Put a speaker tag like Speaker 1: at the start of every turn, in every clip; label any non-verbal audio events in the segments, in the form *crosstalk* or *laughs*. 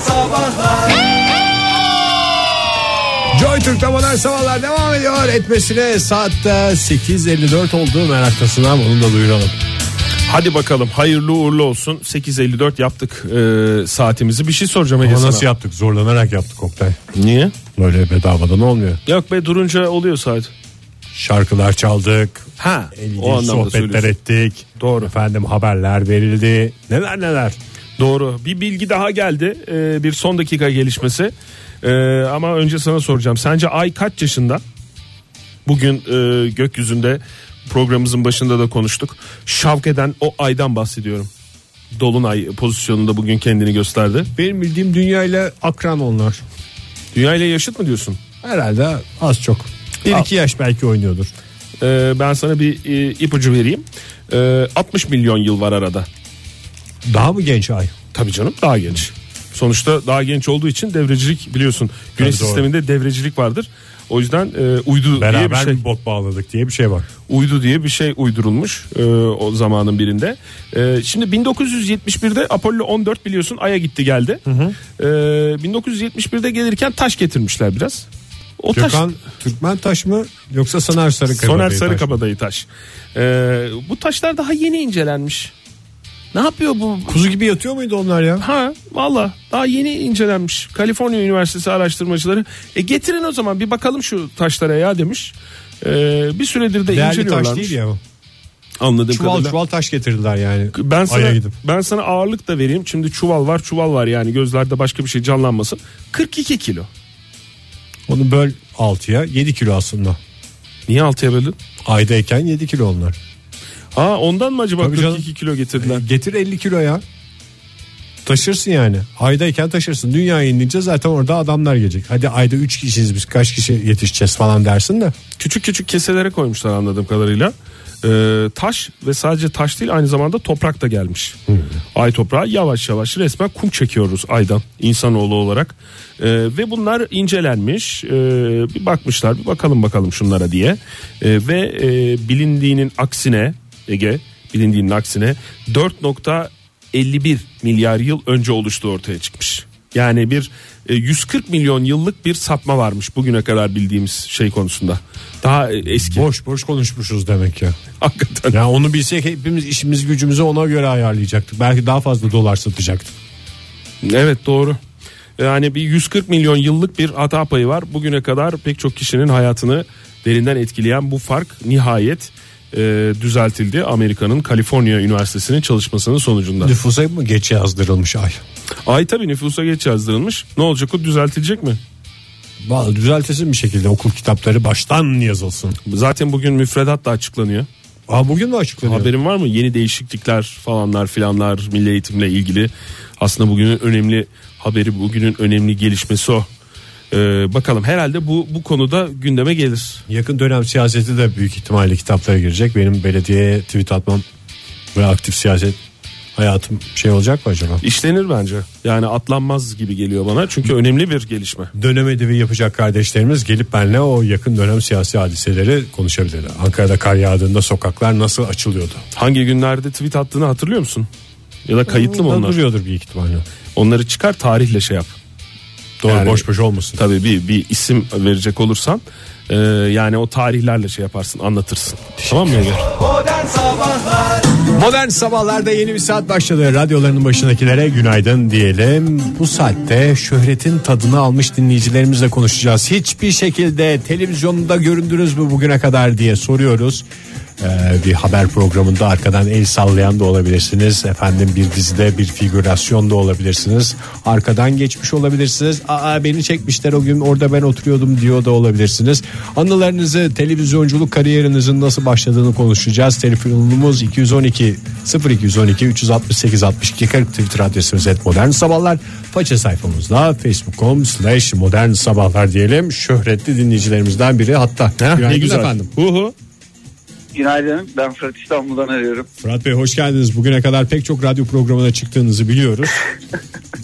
Speaker 1: Sabahlar
Speaker 2: Joy Türk'te modern sabahlar devam ediyor. Etmesine saatte 8.54 oldu meraktasına bunu da duyuralım.
Speaker 3: Hadi bakalım hayırlı uğurlu olsun. 8.54 yaptık e, saatimizi. Bir şey soracağım Ege
Speaker 2: Ama
Speaker 3: sana.
Speaker 2: nasıl yaptık? Zorlanarak yaptık Oktay.
Speaker 3: Niye?
Speaker 2: Böyle bedavadan olmuyor.
Speaker 3: Yok be durunca oluyor saat.
Speaker 2: Şarkılar çaldık.
Speaker 3: Ha
Speaker 2: ilginç
Speaker 3: o anlamda
Speaker 2: sohbetler
Speaker 3: söylüyorsun.
Speaker 2: ettik.
Speaker 3: Doğru.
Speaker 2: Efendim haberler verildi. Neler neler.
Speaker 3: Doğru. Bir bilgi daha geldi. E, bir son dakika gelişmesi. E, ama önce sana soracağım. Sence ay kaç yaşında? Bugün e, gökyüzünde programımızın başında da konuştuk. Şavk eden o aydan bahsediyorum. Dolunay pozisyonunda bugün kendini gösterdi.
Speaker 2: Benim bildiğim dünyayla akran onlar.
Speaker 3: Dünya ile yaşıt mı diyorsun?
Speaker 2: Herhalde az çok. 1-2 yaş belki oynuyordur.
Speaker 3: Ee, ben sana bir e, ipucu vereyim. Ee, 60 milyon yıl var arada.
Speaker 2: Daha mı genç ay?
Speaker 3: Tabii canım daha genç. Sonuçta daha genç olduğu için devrecilik biliyorsun. Güneş
Speaker 2: Tabii doğru.
Speaker 3: sisteminde devrecilik vardır. O yüzden e, uydu diye bir
Speaker 2: Beraber
Speaker 3: şey
Speaker 2: bir bot bağladık diye bir şey var.
Speaker 3: uydu diye bir şey uydurulmuş e, o zamanın birinde. E, şimdi 1971'de Apollo 14 biliyorsun Ay'a gitti geldi. E, 1971'de gelirken taş getirmişler biraz. O taş
Speaker 2: Gökhan Türkmen taş mı yoksa Soner Sarıkabadayı
Speaker 3: Soner
Speaker 2: taş mı?
Speaker 3: Sarıkabadayı taş. Ee, bu taşlar daha yeni incelenmiş. Ne yapıyor bu?
Speaker 2: Kuzu gibi yatıyor muydu onlar ya?
Speaker 3: Ha valla daha yeni incelenmiş. Kaliforniya Üniversitesi araştırmacıları e getirin o zaman bir bakalım şu taşlara ya demiş. Ee, bir süredir de
Speaker 2: Değerli
Speaker 3: inceliyorlarmış.
Speaker 2: taş değil ya. o.
Speaker 3: Anladığım
Speaker 2: Çuval
Speaker 3: kadarıyla.
Speaker 2: çuval taş getirdiler yani.
Speaker 3: Ben sana,
Speaker 2: Ay'a gidip.
Speaker 3: ben sana ağırlık da vereyim. Şimdi çuval var çuval var yani gözlerde başka bir şey canlanmasın. 42 kilo.
Speaker 2: Onu böl 6'ya 7 kilo aslında.
Speaker 3: Niye altıya böldün?
Speaker 2: Aydayken 7 kilo onlar.
Speaker 3: Ha ondan mı acaba
Speaker 2: Tabii
Speaker 3: 42
Speaker 2: canım. E,
Speaker 3: kilo getirdiler?
Speaker 2: Getir 50 kilo ya. Taşırsın yani. Aydayken taşırsın. Dünyaya inince zaten orada adamlar gelecek. Hadi ayda 3 kişiyiz biz kaç kişi yetişeceğiz falan dersin de.
Speaker 3: küçük küçük keselere koymuşlar anladığım kadarıyla. Ee, taş ve sadece taş değil aynı zamanda toprak da gelmiş. Ay toprağı yavaş yavaş resmen kum çekiyoruz aydan insanoğlu olarak. Ee, ve bunlar incelenmiş. Ee, bir bakmışlar bir bakalım bakalım şunlara diye. Ee, ve e, bilindiğinin aksine Ege bilindiğinin aksine 4.51 milyar yıl önce oluştuğu ortaya çıkmış. Yani bir e, 140 milyon yıllık bir sapma varmış bugüne kadar bildiğimiz şey konusunda. Daha e, eski.
Speaker 2: Boş boş konuşmuşuz demek ya.
Speaker 3: *laughs* Hakikaten.
Speaker 2: Ya onu bilsek hepimiz işimiz gücümüzü ona göre ayarlayacaktık. Belki daha fazla dolar satacaktık.
Speaker 3: Evet doğru. Yani bir 140 milyon yıllık bir hata payı var. Bugüne kadar pek çok kişinin hayatını derinden etkileyen bu fark nihayet e, düzeltildi. Amerika'nın Kaliforniya Üniversitesi'nin çalışmasının sonucunda.
Speaker 2: Nüfusa mı geç yazdırılmış ay?
Speaker 3: Ay tabii nüfusa geç yazdırılmış. Ne olacak o düzeltilecek mi?
Speaker 2: Vallahi düzeltesin bir şekilde okul kitapları baştan yazılsın.
Speaker 3: Zaten bugün müfredat da açıklanıyor.
Speaker 2: Aa bugün mü açıklanıyor?
Speaker 3: Haberin var mı? Yeni değişiklikler falanlar filanlar milli eğitimle ilgili. Aslında bugünün önemli haberi, bugünün önemli gelişmesi o. Ee, bakalım herhalde bu bu konuda gündeme gelir.
Speaker 2: Yakın dönem siyaseti de büyük ihtimalle kitaplara girecek. Benim belediyeye tweet atmam ve aktif siyaset hayatım şey olacak mı acaba?
Speaker 3: İşlenir bence. Yani atlanmaz gibi geliyor bana. Çünkü önemli bir gelişme.
Speaker 2: Dönem ödevi yapacak kardeşlerimiz gelip benimle o yakın dönem siyasi hadiseleri konuşabilirler. Ankara'da kar yağdığında sokaklar nasıl açılıyordu?
Speaker 3: Hangi günlerde tweet attığını hatırlıyor musun? Ya da kayıtlı mı
Speaker 2: Burada
Speaker 3: onlar?
Speaker 2: Duruyordur büyük ihtimalle.
Speaker 3: Onları çıkar tarihle şey yap.
Speaker 2: Doğru
Speaker 3: Yani-
Speaker 2: boş boş olmasın.
Speaker 3: Tabii bir bir isim verecek olursan e, yani o tarihlerle şey yaparsın, anlatırsın. Tamam mı? Ege?
Speaker 1: Modern Sabahlar
Speaker 2: Modern sabahlarda yeni bir saat başladı. Radyolarının başındakilere günaydın diyelim. Bu saatte şöhretin tadını almış dinleyicilerimizle konuşacağız. Hiçbir şekilde televizyonda göründünüz mü bugüne kadar diye soruyoruz. Ee, bir haber programında arkadan el sallayan da olabilirsiniz. Efendim bir dizide bir figürasyon da olabilirsiniz. Arkadan geçmiş olabilirsiniz. Aa beni çekmişler o gün orada ben oturuyordum diyor da olabilirsiniz. Anılarınızı televizyonculuk kariyerinizin nasıl başladığını konuşacağız. Telefonumuz 212 0212 368 62 40 Twitter adresimiz et modern sabahlar. Faça sayfamızda facebook.com slash modern sabahlar diyelim. Şöhretli dinleyicilerimizden biri hatta.
Speaker 3: Heh, ne
Speaker 2: Günaydın
Speaker 3: güzel.
Speaker 2: efendim.
Speaker 3: Uhu.
Speaker 4: Günaydın. Ben Fırat İstanbul'dan arıyorum.
Speaker 2: Fırat Bey hoş geldiniz. Bugüne kadar pek çok radyo programına çıktığınızı biliyoruz.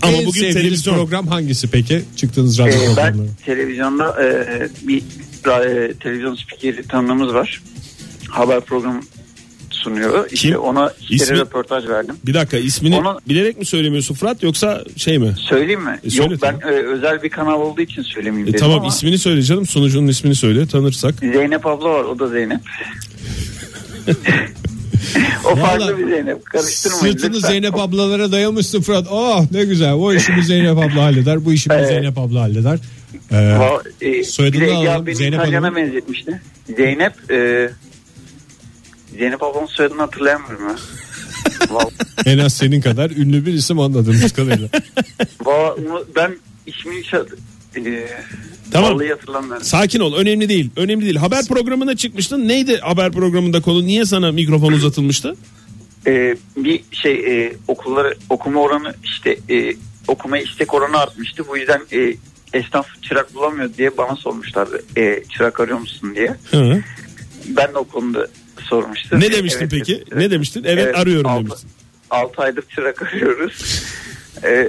Speaker 3: Ama
Speaker 2: en
Speaker 3: bugün
Speaker 2: sevdiğiniz
Speaker 3: televizyon.
Speaker 2: program hangisi peki? Çıktığınız
Speaker 4: Ee,
Speaker 2: radyo
Speaker 4: ben
Speaker 2: programları.
Speaker 4: televizyonda e, bir e, televizyon spikeri tanımımız var. Haber programı sunuyor. İşte
Speaker 3: Kim?
Speaker 4: ona iki
Speaker 3: İsmi-
Speaker 4: kere röportaj verdim.
Speaker 3: Bir dakika ismini
Speaker 4: Ona-
Speaker 3: bilerek mi söylemiyorsun Fırat yoksa şey mi?
Speaker 4: Söyleyeyim mi?
Speaker 3: E, söyle
Speaker 4: Yok
Speaker 3: tabii.
Speaker 4: ben e, özel bir kanal olduğu için söylemeyeyim
Speaker 3: E,
Speaker 4: dedim
Speaker 3: tamam
Speaker 4: ama
Speaker 3: ismini söyle canım sunucunun ismini söyle tanırsak.
Speaker 4: Zeynep abla var o da
Speaker 3: *laughs*
Speaker 4: Zeynep. o farklı bir Zeynep. Karıştırmayın
Speaker 2: Sırtını
Speaker 4: lütfen.
Speaker 2: Zeynep ablalara dayamışsın Fırat. Oh ne güzel. O
Speaker 4: *laughs*
Speaker 2: işimi Zeynep abla halleder. Bu işimi
Speaker 4: Evet.
Speaker 2: Zeynep abla halleder. Ee,
Speaker 4: Va- e,
Speaker 2: Soyadını
Speaker 4: bir de
Speaker 2: da
Speaker 4: ya
Speaker 2: alalım.
Speaker 4: beni
Speaker 2: Zeynep
Speaker 4: İtalyana
Speaker 2: Hanım.
Speaker 4: benzetmişti. Zeynep e, Zeynep ablamın soyadını
Speaker 3: *laughs*
Speaker 4: hatırlayamıyorum ya. Vallahi-
Speaker 2: en az senin kadar ünlü bir isim
Speaker 4: *laughs*
Speaker 2: anladığımız kadarıyla.
Speaker 4: Va- onu- ben ismini şa- e,
Speaker 3: Tamam.
Speaker 4: Vallahi hatırlamıyorum.
Speaker 3: Sakin ol önemli değil önemli değil. Haber programına çıkmıştın neydi haber programında konu niye sana mikrofon uzatılmıştı?
Speaker 4: E, bir şey e, okulları okuma oranı işte e, okumaya istek oranı artmıştı. Bu yüzden e, esnaf çırak bulamıyor diye bana sormuşlardı. E, çırak arıyor musun diye.
Speaker 3: Hı.
Speaker 4: Ben de o konuda sormuştum.
Speaker 3: Ne demiştin
Speaker 4: Evet,
Speaker 3: peki?
Speaker 4: evet.
Speaker 3: Ne demiştin? Evet, arıyorum demiştin.
Speaker 4: 6 aydır çırak arıyoruz. Ee,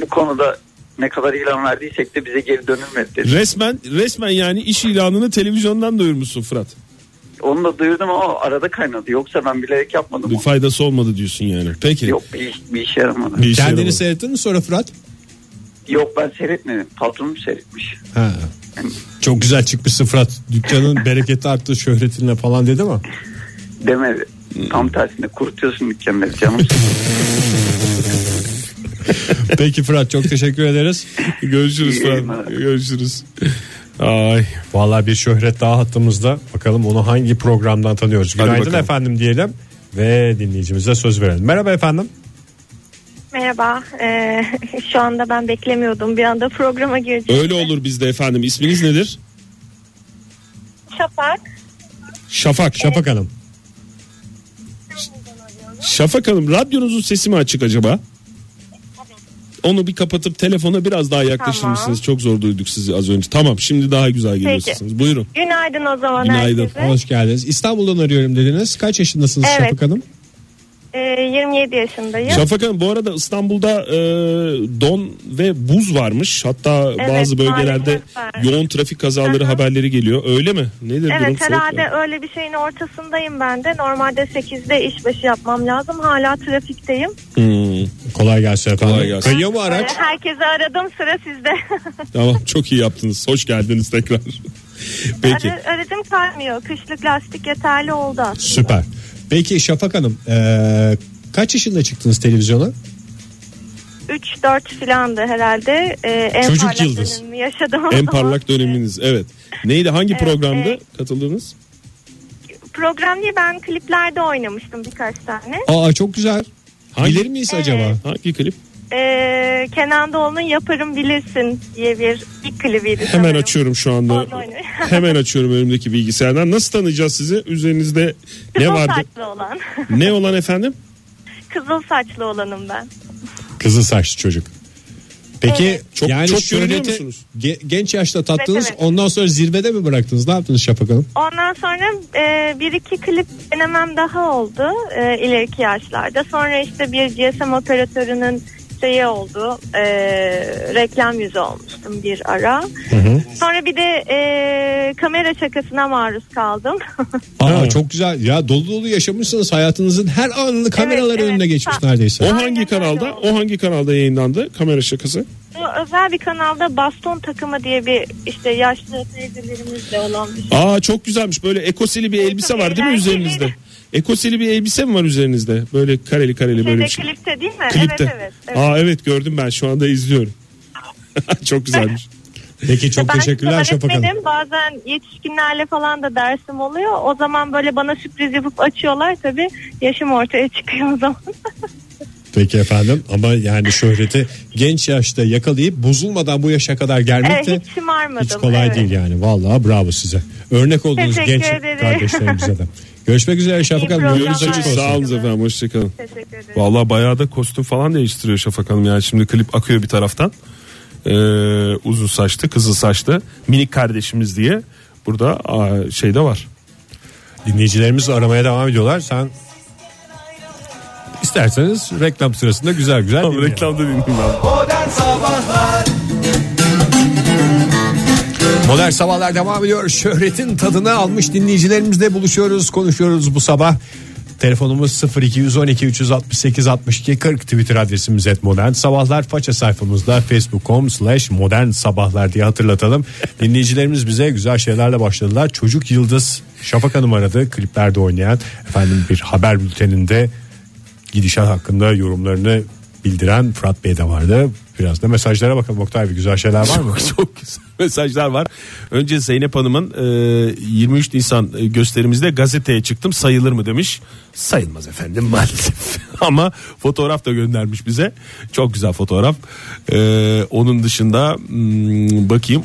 Speaker 4: bu konuda ne kadar ilan verdiysek de bize geri dönülmedi dedi.
Speaker 3: Resmen resmen yani iş ilanını televizyondan duyurmuşsun Fırat.
Speaker 4: Onu da duyurdum ama arada kaynadı. Yoksa ben bilerek yapmadım.
Speaker 3: Bir faydası olmadı diyorsun yani. Peki.
Speaker 4: Yok bir, bir işe yaramadı.
Speaker 3: Bir işe
Speaker 2: Kendini
Speaker 3: yaramadı.
Speaker 2: seyrettin mi sonra Fırat?
Speaker 4: Yok ben seyretmedim. Patronum seyretmiş.
Speaker 2: Ha. Çok güzel çıkmışsın Fırat. Dükkanın bereketi arttı şöhretinle falan dedi mi?
Speaker 4: Demedi. Tam tersine kurutuyorsun dükkanları
Speaker 3: *laughs*
Speaker 4: canım.
Speaker 2: Peki Fırat çok teşekkür ederiz.
Speaker 3: Görüşürüz
Speaker 4: İyi
Speaker 3: Fırat.
Speaker 4: yayınlar.
Speaker 3: Görüşürüz. Ay.
Speaker 2: Vallahi bir şöhret daha hattımızda. Bakalım onu hangi programdan tanıyoruz. Günaydın
Speaker 3: bakalım.
Speaker 2: efendim diyelim ve dinleyicimize söz verelim. Merhaba efendim.
Speaker 5: Merhaba. Ee, *laughs* şu anda ben beklemiyordum. Bir anda programa gireceğim.
Speaker 3: Öyle olur bizde efendim. İsminiz nedir?
Speaker 5: Şafak.
Speaker 3: Şafak.
Speaker 2: Şafak Hanım.
Speaker 3: Şafak Hanım radyonuzun sesi mi açık acaba? Onu bir kapatıp telefona biraz daha yaklaşırmışsınız. Çok zor duyduk sizi az önce. Tamam şimdi daha güzel geliyorsunuz. Buyurun.
Speaker 5: Günaydın o zaman
Speaker 3: Günaydın.
Speaker 5: herkese.
Speaker 2: Hoş geldiniz. İstanbul'dan arıyorum dediniz. Kaç yaşındasınız
Speaker 5: Evet.
Speaker 2: Şafak Hanım?
Speaker 5: Ee, 27 yaşındayım.
Speaker 3: Şafak Hanım bu arada İstanbul'da e, don ve buz varmış. Hatta
Speaker 5: Evet,
Speaker 3: bazı bölgelerde
Speaker 5: maalesef var.
Speaker 3: yoğun trafik kazaları haberleri geliyor. Öyle mi? Nedir durum?
Speaker 5: Evet
Speaker 3: Soğuk
Speaker 5: herhalde
Speaker 3: mu?
Speaker 5: öyle bir şeyin ortasındayım ben de. Normalde 8'de işbaşı yapmam lazım. Hala trafikteyim.
Speaker 3: Hmm,
Speaker 2: Kolay gelsin efendim.
Speaker 3: Kolay gelsin.
Speaker 2: Kayıyor mu
Speaker 5: Ee,
Speaker 2: araç?
Speaker 5: herkese aradım sıra sizde.
Speaker 3: tamam çok iyi yaptınız. Hoş geldiniz tekrar. *laughs* Peki.
Speaker 5: Ara- Aradım kalmıyor. Kışlık lastik yeterli oldu aslında.
Speaker 2: Süper. Peki Şafak Hanım eee, kaç yaşında çıktınız televizyona?
Speaker 5: 3-4 filandı herhalde. Ee, en
Speaker 2: Çocuk
Speaker 5: parlak
Speaker 2: yıldız.
Speaker 5: dönemimi yaşadım.
Speaker 3: En parlak döneminiz evet. Neydi hangi programda
Speaker 5: evet.
Speaker 3: katıldınız?
Speaker 5: *laughs* Program diye ben kliplerde oynamıştım birkaç tane.
Speaker 2: Aa çok güzel.
Speaker 3: Hangi-
Speaker 2: Bilir miyiz acaba?
Speaker 5: Evet.
Speaker 3: Hangi klip?
Speaker 5: Ee, Kenan Doğulu'nun Yaparım Bilirsin diye bir ilk klibiydi.
Speaker 3: Hemen
Speaker 5: sanırım.
Speaker 3: açıyorum şu
Speaker 5: Orada
Speaker 3: anda.
Speaker 5: oynuyor.
Speaker 3: *laughs* Hemen açıyorum önümdeki bilgisayardan. Nasıl tanıyacağız sizi? Üzerinizde ne
Speaker 5: *laughs* Kızıl
Speaker 3: vardı?
Speaker 5: saçlı olan. *laughs*
Speaker 3: Ne olan efendim?
Speaker 5: Kızıl saçlı olanım ben.
Speaker 2: Kızıl saçlı çocuk. Peki
Speaker 3: Çok-
Speaker 2: yani
Speaker 3: çok
Speaker 2: şöhreti
Speaker 3: görünüyor musunuz?
Speaker 2: ge- genç yaşta tattınız
Speaker 5: Evet, evet.
Speaker 2: ondan sonra zirvede mi bıraktınız? Ne yaptınız Şafak Hanım?
Speaker 5: Ondan sonra e, bir iki klip denemem daha oldu e, ileriki yaşlarda. Sonra işte bir GSM operatörünün şeyi oldu. e, reklam yüzü olmuştum bir ara. Sonra bir de e, kamera şakasına maruz kaldım. *laughs*
Speaker 2: Aa
Speaker 3: Ha.
Speaker 2: çok güzel. Ya dolu dolu yaşamışsınız hayatınızın her anını kameralar
Speaker 5: evet.
Speaker 2: önüne geçmiş neredeyse.
Speaker 3: O
Speaker 5: Aynen
Speaker 3: hangi
Speaker 5: öyle
Speaker 3: kanalda?
Speaker 5: oldu.
Speaker 3: O hangi kanalda yayınlandı? Kamera şakası.
Speaker 5: Bu özel bir kanalda baston takımı diye bir işte yaşlı teyzelerimizle olan bir şey.
Speaker 3: Aa çok güzelmiş. Böyle ekoseli bir elbise var değil mi
Speaker 5: eğlenceli.
Speaker 3: üzerinizde? Ekoseli bir elbise mi var üzerinizde? Böyle kareli kareli böyle
Speaker 5: Şeyde,
Speaker 3: bir şey.
Speaker 5: klipte değil mi?
Speaker 3: Klipte.
Speaker 5: Evet evet. evet.
Speaker 3: Aa evet gördüm ben şu anda izliyorum. *laughs* çok güzelmiş.
Speaker 2: Peki çok
Speaker 5: ben
Speaker 2: teşekkürler
Speaker 5: hiç
Speaker 2: Şafak
Speaker 5: öğretmenim.
Speaker 2: Hanım.
Speaker 5: Bazen yetişkinlerle falan da dersim oluyor. O zaman böyle bana sürpriz yapıp açıyorlar tabii. Yaşım ortaya çıkıyor o zaman.
Speaker 2: Peki efendim ama yani şöhreti genç yaşta yakalayıp bozulmadan bu yaşa kadar gelmek
Speaker 5: Evet,
Speaker 2: de
Speaker 5: *laughs* hiç şımarmadım.
Speaker 2: hiç kolay
Speaker 5: evet.
Speaker 2: değil yani. Vallahi bravo size. Örnek oldunuz
Speaker 5: Teşekkür
Speaker 2: genç
Speaker 5: ederim.
Speaker 2: kardeşlerimize de. Görüşmek üzere Şafak
Speaker 5: İyi
Speaker 2: Hanım. Yolunuz
Speaker 5: programlar.
Speaker 2: açık olsun.
Speaker 3: Sağ olun efendim hoşçakalın.
Speaker 5: Teşekkür ederim.
Speaker 6: Vallahi bayağı da kostüm falan değiştiriyor Şafak Hanım. Yani şimdi klip akıyor bir taraftan. Ee, uzun saçlı, kızıl saçlı, minik kardeşimiz diye. Burada aa, şey de var.
Speaker 2: Dinleyicilerimiz aramaya devam ediyorlar. Sen isterseniz reklam sırasında güzel güzel
Speaker 6: Tamam,
Speaker 2: dinleyelim.
Speaker 6: reklamda dinleyin ben.
Speaker 1: Modern Sabahlar
Speaker 2: Modern Sabahlar devam ediyor. Şöhretin tadını almış dinleyicilerimizle buluşuyoruz, konuşuyoruz bu sabah. Telefonumuz 0212 368 62 40 Twitter adresimiz et modern sabahlar. Faça sayfamızda facebook.com slash modern sabahlar diye hatırlatalım. Dinleyicilerimiz bize güzel şeylerle başladılar. Çocuk Yıldız Şafak Hanım aradı. Kliplerde oynayan efendim bir haber bülteninde gidişat hakkında yorumlarını bildiren Fırat Bey de vardı. Biraz da mesajlara bakalım Oktay Bey güzel şeyler var mı?
Speaker 3: Çok, çok güzel *laughs* mesajlar var. Önce Zeynep Hanım'ın e, 23 Nisan e, gösterimizde gazeteye çıktım sayılır mı demiş. Sayılmaz efendim maalesef. *laughs* Ama fotoğraf da göndermiş bize. Çok güzel fotoğraf. E, onun dışında hmm, bakayım.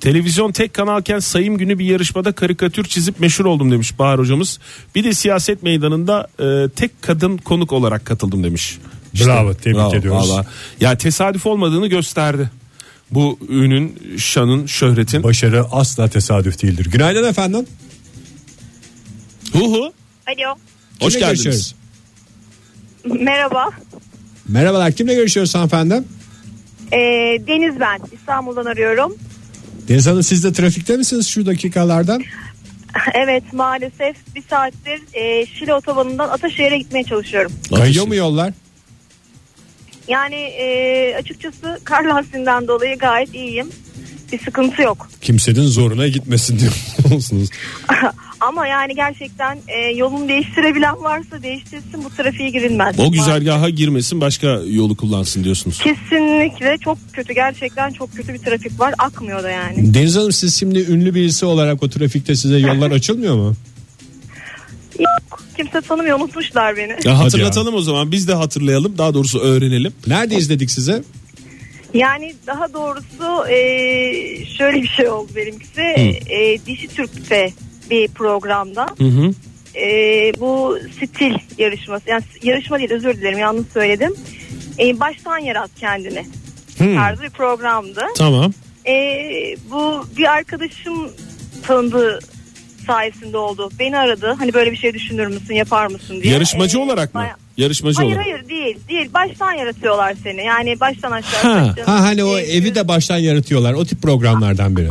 Speaker 3: Televizyon tek kanalken sayım günü bir yarışmada karikatür çizip meşhur oldum demiş Bahar hocamız. Bir de siyaset meydanında e, tek kadın konuk olarak katıldım demiş.
Speaker 2: Bravo, tebrik ediyoruz.
Speaker 3: valla. Ya tesadüf olmadığını gösterdi. Bu ünün, şanın, şöhretin.
Speaker 2: Başarı asla tesadüf değildir. Günaydın efendim.
Speaker 3: Hu hu.
Speaker 7: Alo.
Speaker 3: Hoş
Speaker 2: Kimle
Speaker 3: geldiniz.
Speaker 2: görüşüyoruz?
Speaker 7: Merhaba.
Speaker 2: Merhabalar kimle görüşüyoruz hanımefendi?
Speaker 7: Ee, Deniz ben. İstanbul'dan arıyorum. *laughs*
Speaker 2: Deniz Hanım siz de trafikte misiniz şu dakikalardan?
Speaker 7: evet maalesef bir saattir e, Şile otobanından Ataşehir'e gitmeye çalışıyorum.
Speaker 2: Kayıyor mu yollar?
Speaker 7: Yani e, açıkçası kar lastiğinden dolayı gayet iyiyim. Bir sıkıntı yok. *laughs*
Speaker 2: Kimsenin zoruna gitmesin *laughs* diyorsunuz.
Speaker 7: Ama yani gerçekten e, yolunu değiştirebilen varsa değiştirsin bu trafiğe girilmez.
Speaker 3: O güzergaha girmesin başka yolu kullansın diyorsunuz.
Speaker 7: Kesinlikle çok kötü gerçekten çok kötü bir trafik var akmıyor da yani.
Speaker 2: Deniz Hanım siz şimdi ünlü birisi olarak o trafikte size yollar açılmıyor mu?
Speaker 7: Yok kimse tanımıyor unutmuşlar beni.
Speaker 3: Ya
Speaker 2: Hadi
Speaker 3: hatırlatalım o zaman biz de hatırlayalım daha doğrusu öğrenelim.
Speaker 2: Nerede izledik size?
Speaker 7: Yani daha doğrusu e, şöyle bir şey oldu benimkisi e, Dişi Türk'te bir programda e, bu stil yarışması yani yarışma değil özür dilerim yanlış söyledim. E, baştan yarat kendini tarzı bir programdı.
Speaker 3: Tamam.
Speaker 7: Ee, bu bir arkadaşım tanıdığı sayesinde oldu. Beni aradı. Hani böyle bir şey düşünür müsün, yapar mısın diye.
Speaker 3: Yarışmacı
Speaker 7: Ee,
Speaker 3: olarak mı?
Speaker 7: baya-
Speaker 3: Yarışmacı
Speaker 7: Hayır
Speaker 3: olarak.
Speaker 7: hayır değil. Değil. Baştan yaratıyorlar seni. Yani baştan aşağı. E,
Speaker 3: Ha,
Speaker 7: saçın,
Speaker 2: Ha hani o
Speaker 7: yüzün.
Speaker 2: evi de baştan yaratıyorlar. O tip programlardan biri.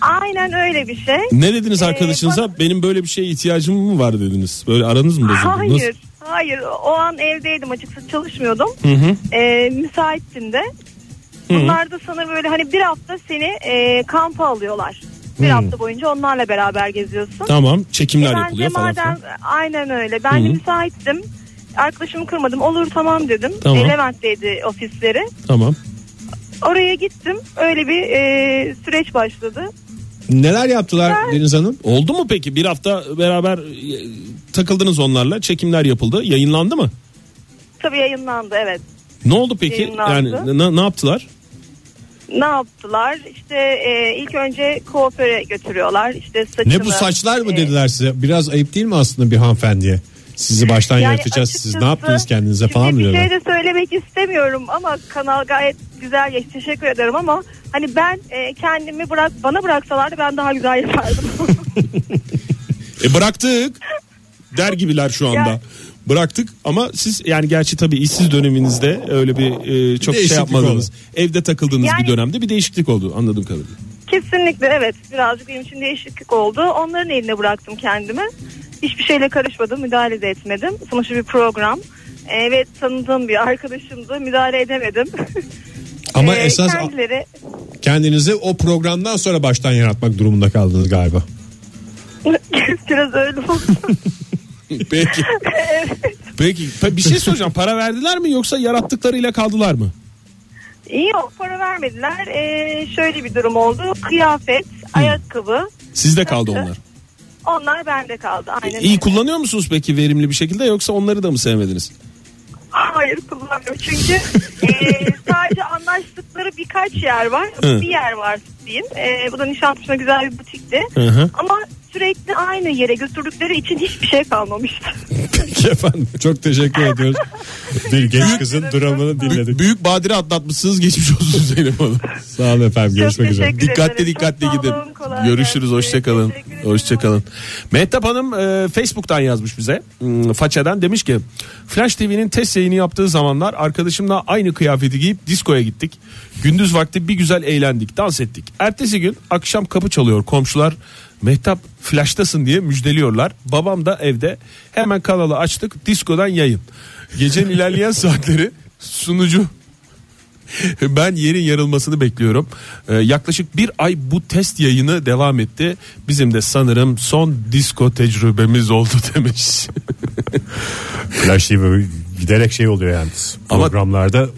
Speaker 7: Aynen öyle bir şey.
Speaker 3: Ne dediniz arkadaşınıza? Benim böyle bir şeye ihtiyacım mı var dediniz? Böyle aranız mı bozuldu?
Speaker 7: Hayır.
Speaker 3: Nasıl?
Speaker 7: Hayır. O an evdeydim açıkçası çalışmıyordum.
Speaker 3: Hı hı.
Speaker 7: Ee, müsaittim de. Bunlar da sana böyle hani bir hafta seni e, kampa alıyorlar. Bir hafta boyunca onlarla beraber geziyorsun.
Speaker 3: Tamam
Speaker 7: E
Speaker 3: çekimler
Speaker 7: ben de
Speaker 3: yapılıyor falan
Speaker 7: madem
Speaker 3: filan.
Speaker 7: aynen öyle. Ben de
Speaker 3: Hı.
Speaker 7: müsaittim. Arkadaşımı kırmadım. Olur tamam dedim.
Speaker 3: Tamam.
Speaker 7: E, Levent'teydi ofisleri.
Speaker 3: Tamam.
Speaker 7: Oraya gittim. Öyle bir e, süreç başladı.
Speaker 2: Neler yaptılar Deniz Hanım?
Speaker 3: Oldu mu peki? Bir hafta beraber e, takıldınız onlarla. Çekimler yapıldı. Yayınlandı mı?
Speaker 7: Tabii yayınlandı evet.
Speaker 3: Ne oldu peki?
Speaker 7: Yayınlandı.
Speaker 3: Yani ne, ne yaptılar?
Speaker 7: Ne yaptılar? İşte e, ilk önce kuaföre götürüyorlar. İşte saçını.
Speaker 2: Ne bu saçlar mı
Speaker 7: e,
Speaker 2: dediler size? Biraz ayıp değil mi aslında bir hanımefendiye? Sizi baştan
Speaker 7: yani
Speaker 2: yaratacağız. Siz
Speaker 7: açıkçası
Speaker 2: ne yaptınız kendinize
Speaker 7: şimdi
Speaker 2: falan mı
Speaker 7: Bir şey
Speaker 2: diyorlar?
Speaker 7: de söylemek istemiyorum ama kanal gayet güzel. geçti. Teşekkür ederim ama hani ben e, kendimi bırak bana bıraksalardı ben daha güzel yapardım. *laughs*
Speaker 3: E bıraktık. Der gibiler şu anda.
Speaker 7: Ya-
Speaker 3: Bıraktık ama siz yani gerçi tabii işsiz döneminizde öyle bir e, çok şey
Speaker 2: değişiklik
Speaker 3: yapmadınız. Evde takıldığınız
Speaker 7: Yani-
Speaker 3: bir dönemde bir değişiklik oldu anladığım kadarıyla.
Speaker 7: Kesinlikle evet. Birazcık benim için değişiklik oldu. Onların eline bıraktım kendimi. Hiçbir şeyle karışmadım, müdahale de etmedim. Sonuçta bir program. Ee, ve tanıdığım bir arkadaşımdı. Müdahale edemedim. *laughs*
Speaker 2: Ama
Speaker 7: Ee,
Speaker 2: esas
Speaker 7: Kendileri
Speaker 2: kendinizi o programdan sonra baştan yaratmak durumunda kaldınız galiba.
Speaker 7: *laughs*
Speaker 2: *laughs*
Speaker 7: biraz öyle oldu.
Speaker 3: Peki. Peki Pa- bir şey soracağım para verdiler mi yoksa yarattıklarıyla kaldılar mı?
Speaker 7: İyi yok, para vermediler. Ee, şöyle bir durum oldu. Kıyafet, ayakkabı.
Speaker 3: Sizde kaldı onlar.
Speaker 7: Onlar bende kaldı. Aynen
Speaker 3: İyi
Speaker 7: öyle.
Speaker 3: kullanıyor musunuz peki verimli bir şekilde yoksa onları da mı sevmediniz?
Speaker 7: Hayır kullanmıyorum
Speaker 3: *laughs*
Speaker 7: çünkü eee, sadece anlaştıkları birkaç yer var.
Speaker 3: Hı.
Speaker 7: Bir yer var diyeyim. Eee, bu da Nişantaşı'nda güzel bir butikti.
Speaker 3: Hı hı.
Speaker 7: Ama sürekli aynı yere götürdükleri için hiçbir şey kalmamıştı.
Speaker 2: Peki efendim. Çok teşekkür ediyoruz. *laughs* Bir genç kızın dramını dinledik.
Speaker 3: Büyük badire atlatmışsınız geçmiş olsun Zeynep Hanım.
Speaker 2: Sağ olun efendim. Görüşmek
Speaker 7: Çok
Speaker 2: üzere.
Speaker 7: teşekkür
Speaker 3: Dikkatli
Speaker 7: ederim.
Speaker 3: dikkatli
Speaker 7: Çok sağ
Speaker 3: gidin.
Speaker 7: olun, kolay
Speaker 3: Görüşürüz hoşçakalın.
Speaker 7: Teşekkür ederim.
Speaker 3: Hoşçakalın. Mehtap Hanım e, Facebook'tan yazmış bize. Hmm, Faça'dan demiş ki Flash TV'nin test yayını yaptığı zamanlar arkadaşımla aynı kıyafeti giyip diskoya gittik. Gündüz vakti bir güzel eğlendik, dans ettik. Ertesi gün akşam kapı çalıyor komşular. Mehtap Flash'tasın diye müjdeliyorlar. Babam da evde. Hemen kanalı açtık. Diskodan yayın. Gecenin ilerleyen *laughs* saatleri sunucu *laughs* ben yerin yarılmasını bekliyorum. Ee, yaklaşık bir ay bu test yayını devam etti. Bizim de sanırım son disko tecrübemiz oldu *laughs* demiş.
Speaker 2: Flash TV giderek şey oluyor yalnız.
Speaker 3: Ama-
Speaker 2: Programlarda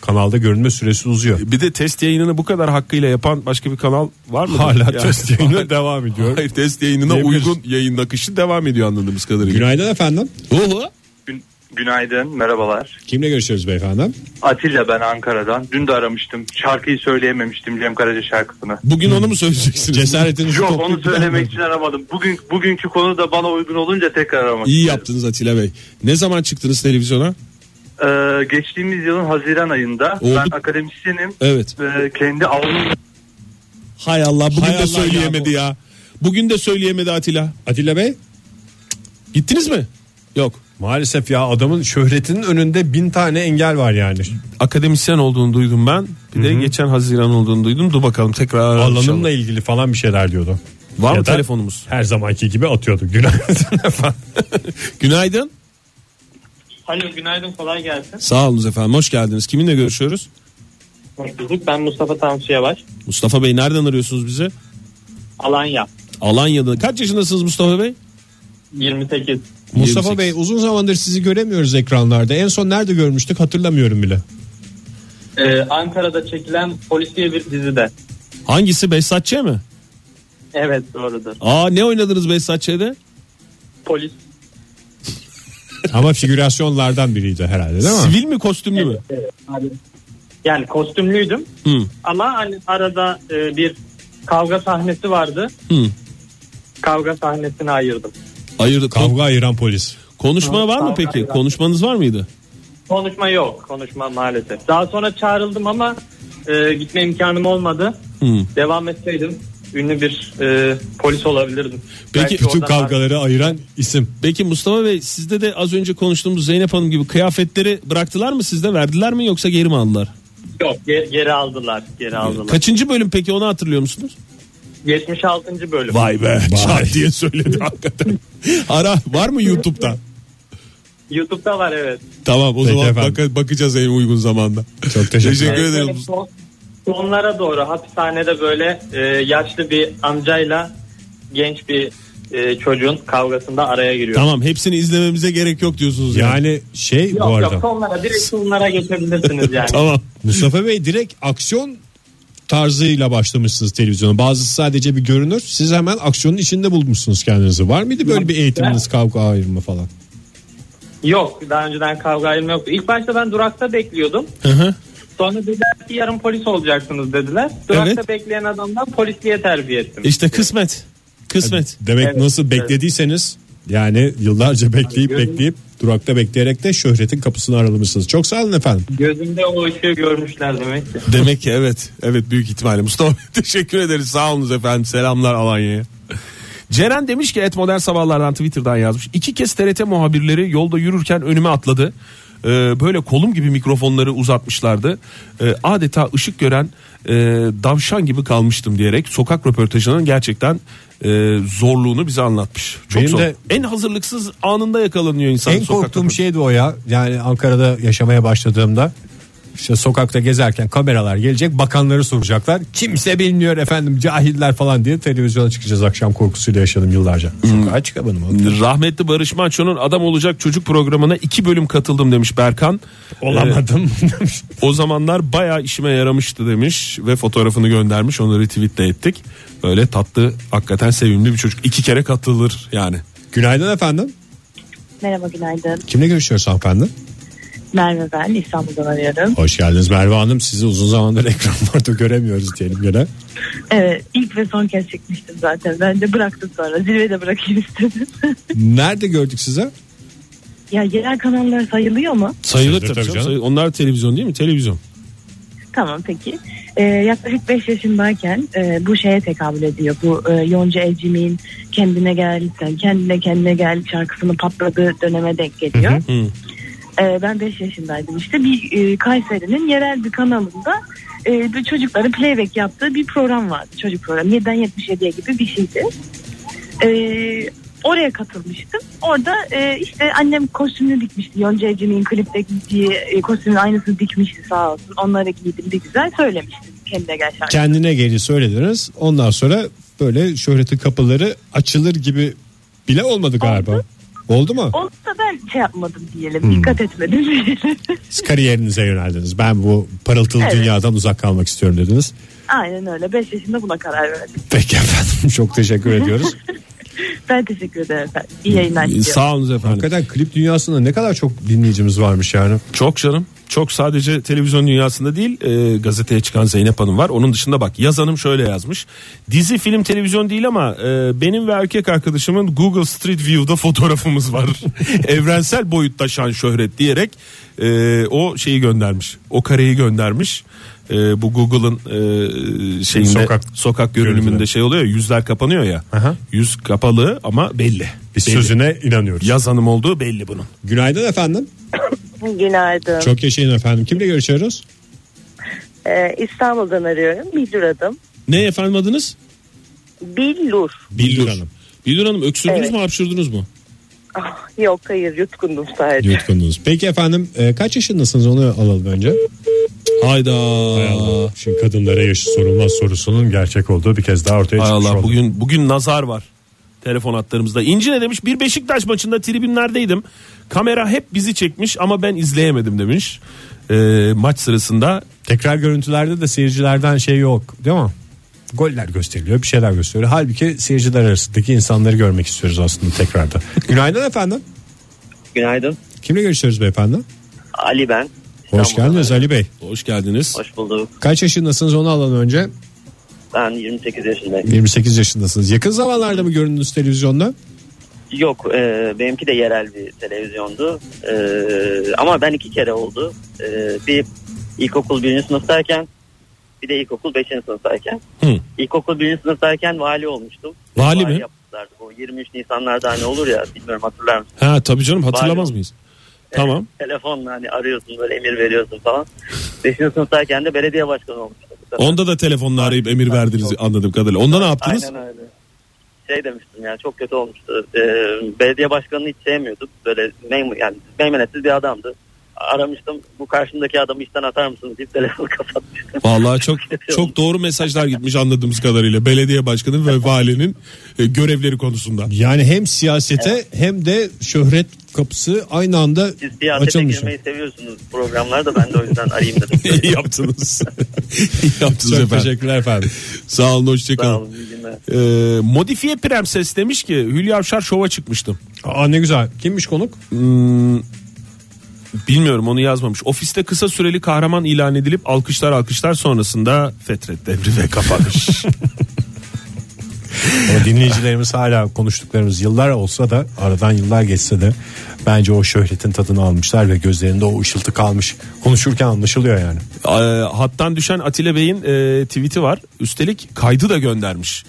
Speaker 2: kanalda görünme süresi uzuyor.
Speaker 3: bir de test yayınını bu kadar hakkıyla yapan başka bir kanal var mı?
Speaker 2: Hala
Speaker 3: Yani- *laughs*
Speaker 2: test yayını devam ediyor.
Speaker 3: Hayır test yayınına
Speaker 2: Diyebiliriz.
Speaker 3: uygun yayın akışı devam ediyor anladığımız kadarıyla.
Speaker 2: Günaydın efendim.
Speaker 8: Gün- Günaydın, merhabalar.
Speaker 2: Kimle görüşüyoruz beyefendi?
Speaker 8: Atilla ben Ankara'dan. Dün de aramıştım. Şarkıyı söyleyememiştim Cem Karaca şarkısını.
Speaker 3: Bugün onu mu söyleyeceksiniz?
Speaker 2: Cesaretinizi
Speaker 8: Yok
Speaker 2: toplayıp-
Speaker 8: onu söylemek için aramadım. Bugün bugünkü konu da bana uygun olunca tekrar aramak.
Speaker 3: İyi yaptınız Atilla Bey. Ne zaman çıktınız televizyona?
Speaker 8: Ee, geçtiğimiz yılın Haziran ayında
Speaker 3: Oldu.
Speaker 8: ben akademisyenim.
Speaker 3: Evet.
Speaker 8: Ee, kendi alnım
Speaker 3: Hay Allah bugün
Speaker 2: Hay
Speaker 3: de
Speaker 2: Allah
Speaker 3: söyleyemedi ya, Bugün de söyleyemedi Atilla.
Speaker 2: Atilla Bey.
Speaker 3: Gittiniz mi? Yok.
Speaker 2: Maalesef ya adamın şöhretinin önünde bin tane engel var yani.
Speaker 3: akademisyen olduğunu duydum ben. Bir de geçen Haziran olduğunu duydum. Dur bakalım tekrar ararım inşallah.
Speaker 2: Alanımla ilgili falan bir şeyler diyordu.
Speaker 3: şey Var mı
Speaker 2: Ya da
Speaker 3: telefonumuz?
Speaker 2: Her zamanki gibi atıyordu. Günaydın *laughs* efendim.
Speaker 3: Günaydın.
Speaker 9: Alo günaydın kolay gelsin.
Speaker 3: Sağ olun efendim. Hoş geldiniz. Kiminle görüşüyoruz?
Speaker 9: Hoş bulduk. Ben Mustafa Tansu Yavaş.
Speaker 3: Mustafa Bey nereden arıyorsunuz bizi?
Speaker 9: Alanya.
Speaker 3: Alanya'da. Kaç yaşındasınız Mustafa Bey?
Speaker 9: 28.
Speaker 2: Mustafa
Speaker 3: 28.
Speaker 2: Bey uzun zamandır sizi göremiyoruz ekranlarda. En son nerede görmüştük hatırlamıyorum bile.
Speaker 9: Ee, Ankara'da çekilen polisiye bir dizide.
Speaker 3: Hangisi Behzatçı mı?
Speaker 9: Evet doğrudur.
Speaker 3: Aa ne oynadınız Behzatçı'da?
Speaker 9: Polis.
Speaker 3: *laughs*
Speaker 2: Ama figürasyonlardan biriydi herhalde değil mi?
Speaker 3: Sivil mi kostümlü mü?
Speaker 9: Evet, abi. Yani kostümlüydüm
Speaker 3: Hı.
Speaker 9: ama hani arada e, bir kavga sahnesi vardı.
Speaker 3: Hı.
Speaker 9: Kavga sahnesini ayırdım.
Speaker 3: Ayırdı. Kon-
Speaker 2: Kavga ayıran polis.
Speaker 3: konuşma var mı
Speaker 9: Kavga-
Speaker 3: peki? Konuşmanız var mıydı?
Speaker 9: Konuşma yok. Konuşma maalesef. Daha sonra çağrıldım ama e, gitme imkanım olmadı.
Speaker 3: Hı.
Speaker 9: Devam etseydim ünlü bir e, polis olabilirdim.
Speaker 3: Peki,
Speaker 9: Belki
Speaker 2: Bütün
Speaker 9: oradan-
Speaker 2: kavgaları ayıran isim.
Speaker 3: Peki Mustafa Bey sizde de az önce konuştuğumuz Zeynep Hanım gibi kıyafetleri bıraktılar mı sizde verdiler mi yoksa geri mi aldılar?
Speaker 9: Yok ge- geri aldılar. Geri aldılar.
Speaker 3: Kaçıncı bölüm peki onu hatırlıyor musunuz?
Speaker 9: 76. bölüm.
Speaker 3: Vay be çat diye *laughs* söyledi hakikaten. *laughs* Ara var mı YouTube'da?
Speaker 9: YouTube'da var evet.
Speaker 3: Tamam o
Speaker 2: Peki
Speaker 3: zaman
Speaker 2: efendim.
Speaker 3: baka- bakacağız en uygun zamanda.
Speaker 2: Çok teşekkür ederim.
Speaker 3: Teşekkür
Speaker 9: Böyle
Speaker 3: ederim.
Speaker 9: son- sonlara doğru hapishanede böyle e, yaşlı bir amcayla genç bir e, çocuğun kavgasında araya giriyor.
Speaker 3: Tamam hepsini izlememize gerek yok diyorsunuz yani.
Speaker 2: Yani şey bu
Speaker 9: Yok
Speaker 2: arada.
Speaker 9: yok sonlara direkt sonlara geçebilirsiniz
Speaker 2: *laughs*
Speaker 9: yani.
Speaker 3: Tamam.
Speaker 2: Mustafa Bey direkt aksiyon tarzıyla başlamışsınız televizyona. Bazısı sadece bir görünür. Siz hemen aksiyonun içinde bulmuşsunuz kendinizi. Var mıydı böyle bir eğitiminiz kavga ayırma falan?
Speaker 9: Yok daha önceden kavga ayrılma yoktu. İlk başta ben durakta bekliyordum. Sonra dediler ki yarın polis olacaksınız dediler. Durakta
Speaker 3: Evet.
Speaker 9: bekleyen adamdan polisliğe terbiye ettim.
Speaker 3: İşte kısmet. Kısmet.
Speaker 2: Demek
Speaker 9: Evet,
Speaker 2: nasıl
Speaker 9: evet.
Speaker 2: beklediyseniz yani yıllarca bekleyip bekleyip durakta bekleyerek de şöhretin kapısını aralamışsınız. Çok sağ olun efendim.
Speaker 9: Gözümde o ışığı görmüşler demek ki.
Speaker 3: Demek ki evet. Evet büyük ihtimalle. Mustafa Bey *laughs* teşekkür ederiz. Sağ olunuz efendim. Selamlar Alanya'ya. Ceren demiş ki et modern sabahlardan Twitter'dan yazmış. İki kez TRT muhabirleri yolda yürürken önüme atladı. Ee, böyle kolum gibi mikrofonları uzatmışlardı. Ee, adeta ışık gören e, davşan gibi kalmıştım diyerek sokak röportajının gerçekten e, zorluğunu bize anlatmış. Çok
Speaker 2: Benim
Speaker 3: zor.
Speaker 2: de-
Speaker 3: en hazırlıksız anında yakalanıyor insan.
Speaker 2: en
Speaker 3: sokak
Speaker 2: korktuğum
Speaker 3: röportajı.
Speaker 2: şeydi o ya. Yani Ankara'da yaşamaya başladığımda işte sokakta gezerken kameralar gelecek bakanları soracaklar. Kimse bilmiyor efendim cahiller falan diye televizyona çıkacağız akşam korkusuyla yaşadım yıllarca.
Speaker 9: Hmm.
Speaker 2: Sokağa çıkamadım oğlum.
Speaker 3: Rahmetli Barış Manço'nun Adam Olacak Çocuk programına iki bölüm katıldım demiş Berkan.
Speaker 2: Olamadım.
Speaker 3: Ee, o zamanlar bayağı işime yaramıştı demiş ve fotoğrafını göndermiş. Onu retweet de ettik. Böyle tatlı hakikaten sevimli bir çocuk. İki kere katılır yani.
Speaker 2: Günaydın efendim.
Speaker 10: Merhaba günaydın.
Speaker 2: Kimle görüşüyoruz hanımefendi?
Speaker 10: Merve ben İstanbul'dan arıyorum.
Speaker 2: Hoş geldiniz Merve Hanım. Sizi uzun zamandır *laughs* ekranlarda göremiyoruz diyelim gene.
Speaker 10: Evet ilk ve son kez çekmiştim zaten. Ben de bıraktım sonra. Zirvede bırakayım istedim. *laughs*
Speaker 2: Nerede gördük sizi?
Speaker 10: ya yerel kanallar sayılıyor mu?
Speaker 3: Sayılır
Speaker 2: tabii
Speaker 3: tabii. canım.
Speaker 2: canım.
Speaker 3: Sayılır. Onlar televizyon değil mi? Televizyon.
Speaker 10: Tamam peki. Ee, yaklaşık 5 yaşındayken e, bu şeye tekabül ediyor. Bu e, Yonca Evcimik'in kendine gel, sen kendine kendine gel şarkısının patladığı döneme denk geliyor. Ee, ben 5 yaşındaydım işte. Bir e, Kayseri'nin yerel bir kanalında e, bir çocukların playback yaptığı bir program vardı. Çocuk programı 7'den 77'ye gibi bir şeydi. Ee, oraya katılmıştım. Orada e, işte annem kostümünü dikmişti. Yonca Evcimik'in klipte giydiği e, kostümün aynısını dikmişti sağ olsun. Onları giydim de güzel söylemiştim. Kendine gel şarkı.
Speaker 2: Kendine geri söylediniz. Ondan sonra böyle şöhretin kapıları açılır gibi bile olmadı galiba. Oldu, mu? Hmm.
Speaker 10: Onu da ben şey yapmadım diyelim. Dikkat etmedim diyelim. *laughs*
Speaker 2: Siz kariyerinize yöneldiniz. Ben bu parıltılı
Speaker 10: Evet.
Speaker 2: dünyadan uzak kalmak istiyorum dediniz.
Speaker 10: Aynen öyle. 5 yaşında buna karar verdim.
Speaker 2: Peki efendim *laughs* çok teşekkür ediyoruz. Ee,
Speaker 10: Ben teşekkür ederim efendim. *laughs* İyi yayınlar diliyorum.
Speaker 3: Sağ olun efendim.
Speaker 2: Hakikaten klip dünyasında ne kadar çok dinleyicimiz varmış yani.
Speaker 3: Çok canım. Çok sadece televizyon dünyasında değil e, gazeteye çıkan Zeynep Hanım var. Onun dışında bak yazanım şöyle yazmış. Dizi film televizyon değil ama e, benim ve erkek arkadaşımın Google Street View'da fotoğrafımız var. *laughs* Evrensel boyutta şan şöhret diyerek e, o şeyi göndermiş. O kareyi göndermiş. E, bu Google'ın e, şeyinde
Speaker 2: Sokak-
Speaker 3: sokak, sokak görünümünde
Speaker 2: görüntüleri.
Speaker 3: şey oluyor ya, yüzler kapanıyor ya.
Speaker 2: Aha.
Speaker 3: Yüz kapalı ama belli.
Speaker 2: Biz
Speaker 3: Belli.
Speaker 2: sözüne inanıyoruz.
Speaker 3: Yaz hanım olduğu belli bunun.
Speaker 2: Günaydın efendim.
Speaker 11: Günaydın.
Speaker 2: Çok yaşayın efendim. Kimle görüşüyoruz?
Speaker 11: Ee, İstanbul'dan arıyorum. Bildur adım.
Speaker 3: Ne efendim adınız?
Speaker 11: Billur.
Speaker 2: Bildur
Speaker 3: Bildur
Speaker 2: Hanım.
Speaker 3: Hanım. Bildur Hanım öksürdünüz
Speaker 11: Evet.
Speaker 3: mü hapşurdunuz mu?
Speaker 11: Ah, yok hayır yutkundum sadece.
Speaker 2: Yutkundunuz. Peki efendim e, kaç yaşındasınız onu alalım önce.
Speaker 3: Hayda. Hay Allah,
Speaker 2: Aa, Şimdi kadınlara yaşı sorulmaz sorusunun gerçek olduğu bir kez daha ortaya çıkmış oldu.
Speaker 3: bugün bugün nazar var. Telefon hatlarımızda. İnci ne demiş? Bir Beşiktaş maçında tribünlerdeydim. Kamera hep bizi çekmiş ama ben izleyemedim demiş. Ee, maç sırasında
Speaker 2: Tekrar görüntülerde de seyircilerden şey yok değil mi? Goller gösteriliyor bir şeyler gösteriliyor. Halbuki seyirciler arasındaki insanları görmek istiyoruz aslında
Speaker 3: *laughs*
Speaker 2: tekrarda. Günaydın efendim.
Speaker 12: Günaydın.
Speaker 2: Kimle görüşüyoruz beyefendi?
Speaker 12: Ali ben.
Speaker 2: Hoş
Speaker 12: İstanbul'dan.
Speaker 2: geldiniz Ali Bey.
Speaker 3: hoş geldiniz.
Speaker 12: Hoş bulduk.
Speaker 2: Kaç yaşındasınız onu alan önce?
Speaker 12: Ben 28 yaşındayım.
Speaker 2: 28 yaşındasınız. Yakın zamanlarda mı göründünüz televizyonda?
Speaker 12: Yok e, benimki de yerel bir televizyondu. E, ama ben iki kere oldu. E, bir ilkokul birinci sınıftayken bir de ilkokul beşinci sınıftayken.
Speaker 3: Hı.
Speaker 12: İlkokul birinci sınıftayken vali olmuştum.
Speaker 3: Vali mi?
Speaker 12: yapmışlardı. Bu 23 Nisanlarda hani olur ya bilmiyorum hatırlar mısın?
Speaker 3: Ha tabii canım hatırlamaz
Speaker 12: Vay.
Speaker 3: mıyız? Tamam.
Speaker 12: Telefonla hani arıyorsun böyle emir veriyorsun falan. Beşinci sınıftayken de belediye başkanı olmuştum.
Speaker 3: Onda da telefonla arayıp emir verdiniz anladığım kadarıyla. Onda ne yaptınız?
Speaker 12: Aynen öyle. Şey demiştim yani çok kötü olmuştu. Ee, belediye başkanını hiç sevmiyordum. Böyle memur, yani meymenetsiz bir adamdı. Aramıştım bu karşımdaki adamı işten atar mısınız deyip telefonu *laughs* kapatmıştım.
Speaker 3: Vallahi çok çok doğru mesajlar gitmiş anladığımız kadarıyla belediye başkanı ve valinin e, görevleri konusunda.
Speaker 2: Yani hem siyasete hem de şöhret kapısı aynı anda
Speaker 12: Siz siyasete
Speaker 2: açılmış.
Speaker 12: girmeyi seviyorsunuz programlarda ben de o yüzden arayayım dedim.
Speaker 3: *laughs* İyi
Speaker 12: *laughs*
Speaker 3: yaptınız. İyi *laughs* yaptınız
Speaker 2: Çok
Speaker 3: efendim.
Speaker 2: teşekkürler efendim.
Speaker 3: *laughs* Sağ olun
Speaker 12: Sağ
Speaker 3: hoşçakalın.
Speaker 12: olun, iyi günler.
Speaker 3: Ee, modifiye Prenses demiş ki Hülya Avşar şova çıkmıştım. Hmm,
Speaker 2: Aa ne güzel. Kimmiş konuk?
Speaker 3: Bilmiyorum onu yazmamış. Ofiste kısa süreli kahraman ilan edilip alkışlar alkışlar sonrasında fetret devri ve
Speaker 2: *laughs*
Speaker 3: kapanış.
Speaker 2: Ama dinleyicilerimiz hala konuştuklarımız yıllar olsa da aradan yıllar geçse de bence o şöhretin tadını almışlar ve gözlerinde o ışıltı kalmış. Konuşurken anlaşılıyor yani.
Speaker 3: Ee, Hattan düşen Atilla Bey'in e, tweet'i var. Üstelik kaydı da göndermiş.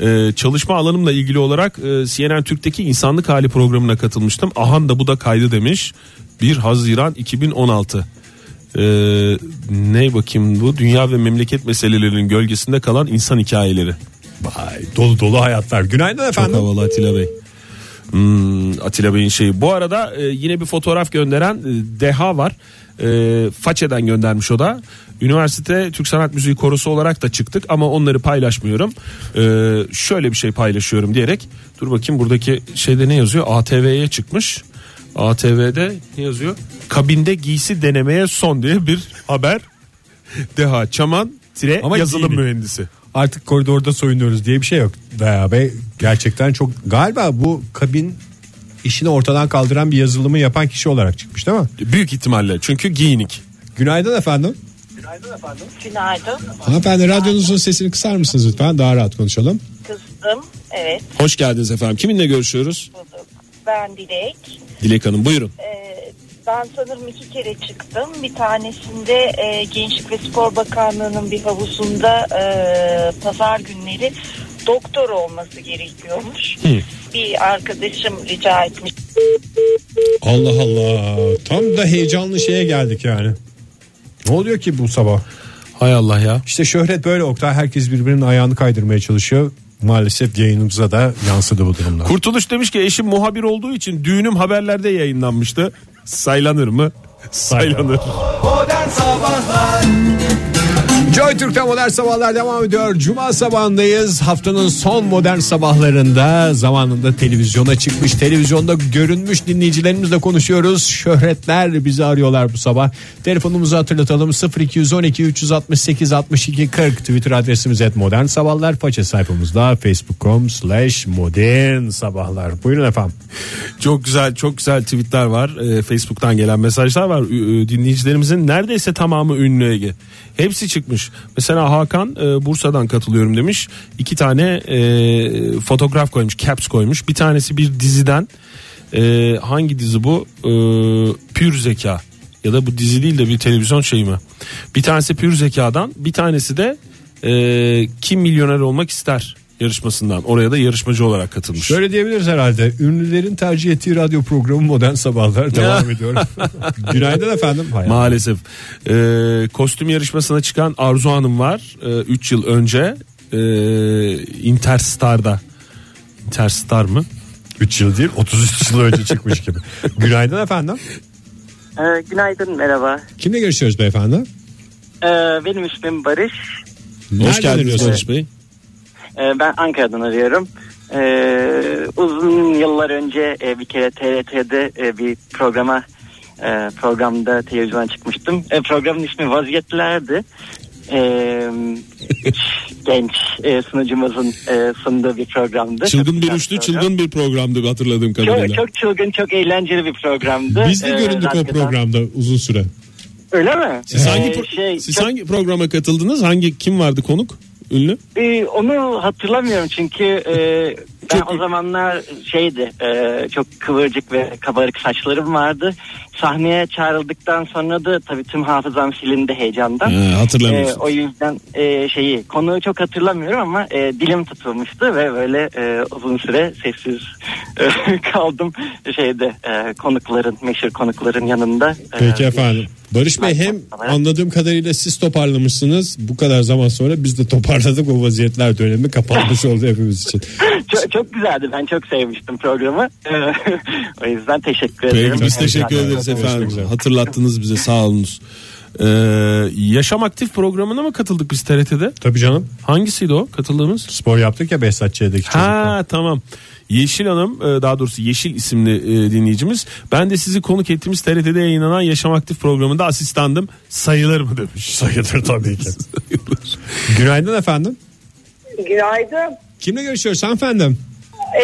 Speaker 3: Ee, çalışma alanımla ilgili olarak e, CNN Türk'teki insanlık hali programına katılmıştım. Ahan da bu da kaydı demiş. 1 Haziran 2016. Ee, ne bakayım bu dünya ve memleket meselelerinin gölgesinde kalan insan hikayeleri.
Speaker 2: Vay dolu dolu hayatlar. Günaydın
Speaker 3: Çok
Speaker 2: efendim.
Speaker 3: havalı Atilla Bey. Hmm, Atilla Bey'in şeyi. Bu arada e, yine bir fotoğraf gönderen e, Deha var. E, Façe'den göndermiş o da. Üniversite Türk Sanat Müziği Korosu olarak da çıktık ama onları paylaşmıyorum. E, şöyle bir şey paylaşıyorum diyerek. Dur bakayım buradaki şeyde ne yazıyor? ATV'ye çıkmış. ATV'de ne yazıyor? Kabinde giysi denemeye son diye bir haber. Deha Çaman tire
Speaker 2: Ama
Speaker 3: yazılım
Speaker 2: giyimi.
Speaker 3: mühendisi.
Speaker 2: Artık koridorda soyunuyoruz diye bir şey yok. Veya Bey gerçekten çok galiba bu kabin işini ortadan kaldıran bir yazılımı yapan kişi olarak çıkmış değil mi?
Speaker 3: Büyük ihtimalle çünkü giyinik.
Speaker 2: Günaydın efendim.
Speaker 11: Günaydın
Speaker 2: Hanımefendi radyonuzun sesini kısar mısınız lütfen? Daha rahat konuşalım.
Speaker 11: kızım. Evet
Speaker 3: Hoş geldiniz efendim. Kiminle görüşüyoruz?
Speaker 11: bulduk. Ben Dilek.
Speaker 3: Dilek Hanım buyurun.
Speaker 11: Ee,
Speaker 13: Ben sanırım iki kere çıktım. Bir tanesinde e, Gençlik ve Spor Bakanlığı'nın bir havuzunda e, pazar günleri doktor olması gerekiyormuş. Bir arkadaşım rica etmiş.
Speaker 2: Allah Allah. Tam da heyecanlı şeye geldik yani. Ne oluyor ki bu sabah?
Speaker 3: Hay Allah ya.
Speaker 2: İşte şöhret böyle Oktay. Herkes birbirinin ayağını kaydırmaya çalışıyor. Maalesef yayınımıza da yansıdı bu durumlar.
Speaker 3: Kurtuluş demiş ki eşim muhabir olduğu için düğünüm haberlerde yayınlanmıştı. Saylanır mı? Saylanır.
Speaker 14: Modern Sabahlar
Speaker 2: Joy Türk'te modern sabahlar devam ediyor. Cuma sabahındayız. Haftanın son modern sabahlarında zamanında televizyona çıkmış, televizyonda görünmüş dinleyicilerimizle konuşuyoruz. Şöhretler bizi arıyorlar bu sabah. Telefonumuzu hatırlatalım 0212 368 62 40 Twitter adresimiz et modern sabahlar. Faça sayfamızda facebook.com slash modern sabahlar. Buyurun efendim.
Speaker 3: *laughs* Çok güzel çok güzel tweetler var. Ee, Facebook'tan gelen mesajlar var. Ü- ü, Dinleyicilerimizin neredeyse tamamı ünlü Ege. Hepsi çıkmış. Mesela Hakan e, Bursa'dan katılıyorum demiş. İki tane e, fotoğraf koymuş, caps koymuş. Bir tanesi bir diziden. E, hangi dizi bu? E, Pür Zeka. Ya da bu dizi değil de bir televizyon şeyi mi? Bir tanesi Pür Zeka'dan, bir tanesi de e, Kim Milyoner Olmak ister yarışmasından. Oraya da yarışmacı olarak katılmış.
Speaker 2: Şöyle diyebiliriz herhalde. Ünlülerin tercih ettiği radyo programı modern sabahlar devam
Speaker 3: *laughs*
Speaker 2: ediyor. Günaydın efendim. Hay Allah.
Speaker 3: Maalesef. Ee, kostüm yarışmasına çıkan Arzu Hanım var. 3 yıl önce ee, Interstar'da. Interstar mı?
Speaker 2: 3 yıl değil 33
Speaker 15: *laughs*
Speaker 2: yıl önce çıkmış *laughs* gibi. Günaydın efendim.
Speaker 15: Ee, günaydın merhaba.
Speaker 2: Kimle görüşüyoruz beyefendi?
Speaker 15: Ee, benim ismim Barış.
Speaker 2: Nereden arıyorsunuz?
Speaker 3: Bey.
Speaker 15: Ee, ben Ankara'dan arıyorum. Ee, uzun yıllar önce e, bir kere TRT'de e, bir programa e, programda televizyona çıkmıştım. E, programın ismi Vaziyetler'di. Ee,
Speaker 3: *laughs*
Speaker 15: genç e, sunucumuzun e, sunduğu bir programdı.
Speaker 3: Çılgın bir üçlü çılgın bir programdı hatırladığım kadarıyla.
Speaker 15: Çok, çok Ee, çılgın, çok eğlenceli bir programdı.
Speaker 3: Biz de göründük o
Speaker 15: radyodan.
Speaker 3: programda uzun süre.
Speaker 15: Öyle mi?
Speaker 3: Siz hangi
Speaker 15: Ee,
Speaker 3: pro-
Speaker 15: şey,
Speaker 3: siz
Speaker 15: çok-
Speaker 3: hangi programa katıldınız? Hangi kim vardı konuk? Ünlü?
Speaker 15: Ee, onu hatırlamıyorum çünkü e, ben o zamanlar şeydi e, çok kıvırcık ve kabarık saçlarım vardı. Sahneye çağrıldıktan sonra da tabii tüm hafızam silindi heyecandan.
Speaker 3: He, hatırlamıyorsun.
Speaker 15: E, o yüzden e, şeyi konuyu çok hatırlamıyorum ama e, dilim tutulmuştu ve böyle e, uzun süre sessiz e, *laughs* kaldım şeyde e, konukların meşhur konukların yanında. E,
Speaker 2: Peki efendim. Barış Bey hem anladığım kadarıyla siz toparlamışsınız. Bu kadar zaman sonra biz de toparladık. O vaziyetler dönemi kapanmış oldu hepimiz için.
Speaker 15: *laughs* çok, çok güzeldi. Ben çok sevmiştim programı. *laughs* o yüzden teşekkür ederim.
Speaker 3: Peki biz
Speaker 15: Ee,
Speaker 3: teşekkür
Speaker 15: zaten-
Speaker 3: ederiz efendim. Hatırlattınız bize sağ olunuz. Ee, yaşam aktif programına mı katıldık biz TRT'de?
Speaker 2: Tabii canım.
Speaker 3: Hangisiydi o katıldığımız?
Speaker 2: Spor yaptık ya Behzatçı'daki
Speaker 3: Ha tamam. Yeşil Hanım e, daha doğrusu Yeşil isimli e, dinleyicimiz. Ben de sizi konuk ettiğimiz TRT'de yayınlanan Yaşam Aktif programında asistandım. Sayılır mı
Speaker 2: *laughs*
Speaker 3: demiş.
Speaker 2: Sayılır tabii ki. Günaydın efendim.
Speaker 1: Günaydın.
Speaker 2: Kimle görüşüyoruz hanımefendim?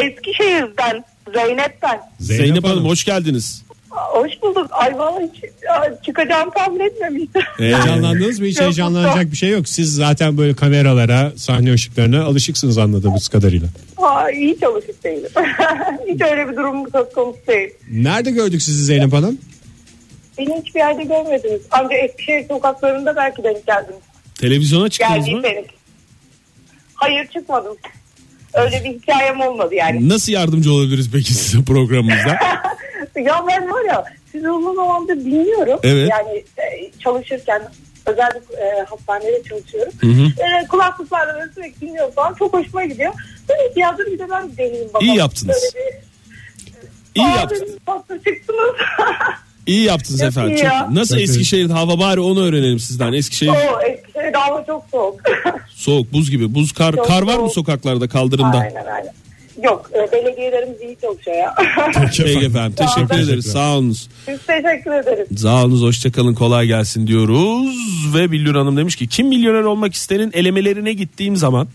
Speaker 1: Eskişehir'den Zeynep ben.
Speaker 3: Zeynep, Hanım, hoş geldiniz.
Speaker 1: Hoş bulduk. Ay vallahi hiç ya, çıkacağım tahmin etmemiştim.
Speaker 2: Ee,
Speaker 1: *laughs*
Speaker 2: Heyecanlandınız mı? Hiç heyecanlanacak bir şey yok. Siz zaten böyle kameralara, sahne ışıklarına alışıksınız anladığımız kadarıyla.
Speaker 1: Ay hiç alışık değilim. *laughs* hiç öyle bir durum söz konusu değil.
Speaker 2: Nerede gördük sizi Zeynep Hanım?
Speaker 1: Beni hiçbir yerde görmediniz. Ancak Eskişehir sokaklarında belki denk geldiniz.
Speaker 3: Televizyona çıktınız mı?
Speaker 1: Geldiyseniz. Hayır çıkmadım. Öyle bir hikayem olmadı yani.
Speaker 3: Nasıl yardımcı olabiliriz peki size programımızda?
Speaker 1: ya ben var ya sizi uzun zamandır dinliyorum.
Speaker 3: Evet.
Speaker 1: Yani e, çalışırken özel bir e, hastanede çalışıyorum.
Speaker 3: Hı hı.
Speaker 1: E, kulaklıklarla böyle sürekli dinliyorum falan. Çok hoşuma gidiyor. Böyle bir yazdım bir de ben deneyim baba.
Speaker 3: İyi yaptınız.
Speaker 1: Böyle bir-
Speaker 3: İyi
Speaker 1: Aa,
Speaker 3: yaptınız.
Speaker 1: dedim, tatlı çıktınız.
Speaker 3: İyi yaptınız
Speaker 1: Çok
Speaker 3: efendim.
Speaker 1: iyi
Speaker 3: Çok-
Speaker 1: ya.
Speaker 3: nasıl
Speaker 1: Çok iyi.
Speaker 3: Eskişehir hava bari onu öğrenelim sizden. Eskişehir
Speaker 1: Oo, Eskişehir'de hava çok soğuk.
Speaker 3: soğuk buz gibi. Buz kar
Speaker 1: Çok
Speaker 3: kar var mı
Speaker 1: soğuk.
Speaker 3: sokaklarda kaldırımda?
Speaker 1: aynen aynen. Yok e, belediyelerimiz iyi çalışıyor şey ya.
Speaker 3: *laughs* *laughs* Peki efendim. Teşekkür ederiz. Sağ olunuz.
Speaker 1: Biz teşekkür ederiz.
Speaker 3: Sağ olunuz hoşçakalın kolay gelsin diyoruz ve Billur Hanım demiş ki kim milyoner olmak istenin elemelerine gittiğim zaman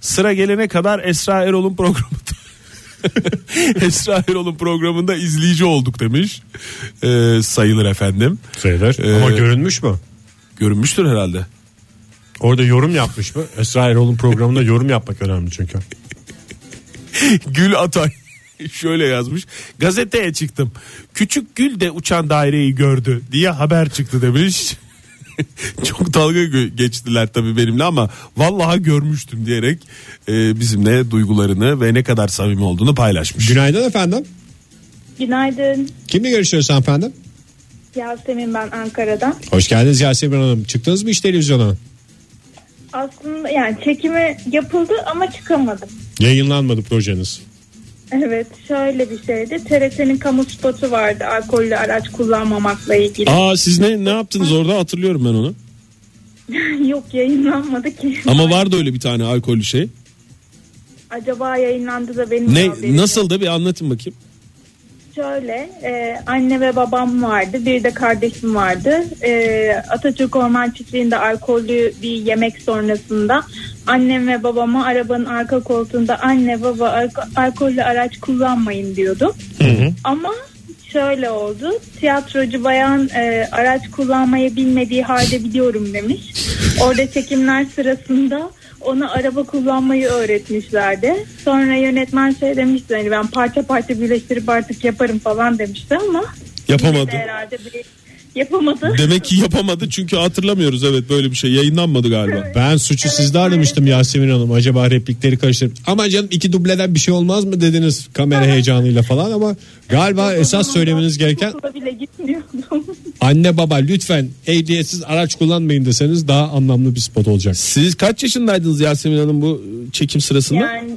Speaker 3: sıra gelene kadar Esra Erol'un programı *laughs* Esra Erol'un programında izleyici olduk demiş. Ee, sayılır efendim. Ee,
Speaker 2: Sayılır ama görünmüş mü?
Speaker 3: Görünmüştür herhalde.
Speaker 2: Orada yorum yapmış mı? Esra Erol'un programında yorum yapmak önemli çünkü.
Speaker 3: Gül Atay *laughs* Şöyle yazmış. Gazeteye çıktım. Küçük gül de uçan daireyi gördü diye haber çıktı demiş. *laughs* Çok dalga gö- geçtiler tabii benimle ama vallahi görmüştüm diyerek e, bizimle duygularını ve ne kadar samimi olduğunu paylaşmış.
Speaker 2: Günaydın efendim.
Speaker 16: Günaydın.
Speaker 2: Kimle görüşüyoruz efendim?
Speaker 16: Yasemin ben Ankara'dan.
Speaker 2: Hoş geldiniz Yasemin Hanım. Çıktınız mı hiç televizyona?
Speaker 16: Aslında yani çekimi yapıldı ama çıkamadım.
Speaker 2: Yayınlanmadı projeniz.
Speaker 16: Evet şöyle bir şeydi. TRT'nin kamu spotu vardı alkollü araç kullanmamakla ilgili.
Speaker 3: Aa siz ne ne yaptınız orada hatırlıyorum ben onu.
Speaker 16: *laughs* Yok yayınlanmadı ki.
Speaker 3: Ama vardı öyle bir tane alkollü şey.
Speaker 16: Acaba yayınlandı da benim
Speaker 3: Ne
Speaker 16: haberim
Speaker 3: nasıl da bir anlatın bakayım.
Speaker 16: Şöyle e, anne ve babam vardı bir de kardeşim vardı. E, Atatürk Orman Çiftliği'nde alkollü bir yemek sonrasında annem ve babama arabanın arka koltuğunda anne baba alko- alkollü araç kullanmayın diyordum. Ama şöyle oldu tiyatrocu bayan e, araç kullanmayı bilmediği halde biliyorum demiş. Orada çekimler sırasında ona araba kullanmayı öğretmişlerdi. Sonra yönetmen şey demişti hani ben parça parça birleştirip artık yaparım falan demişti ama
Speaker 3: Yapamadı.
Speaker 16: yine de herhalde bir- yapamadı.
Speaker 3: Demek ki yapamadı çünkü hatırlamıyoruz evet böyle bir şey yayınlanmadı galiba.
Speaker 2: Ben suçu sizde aramıştım Yasemin Hanım. Acaba replikleri karıştırıp ama canım iki dubleden bir şey olmaz mı dediniz kamera heyecanıyla falan ama galiba esas söylemeniz gereken
Speaker 16: Okula bile gitmiyordum.
Speaker 2: anne baba lütfen ehliyetsiz araç kullanmayın deseniz daha anlamlı bir spot olacak.
Speaker 3: Siz kaç yaşındaydınız Yasemin Hanım bu çekim sırasında?
Speaker 16: yani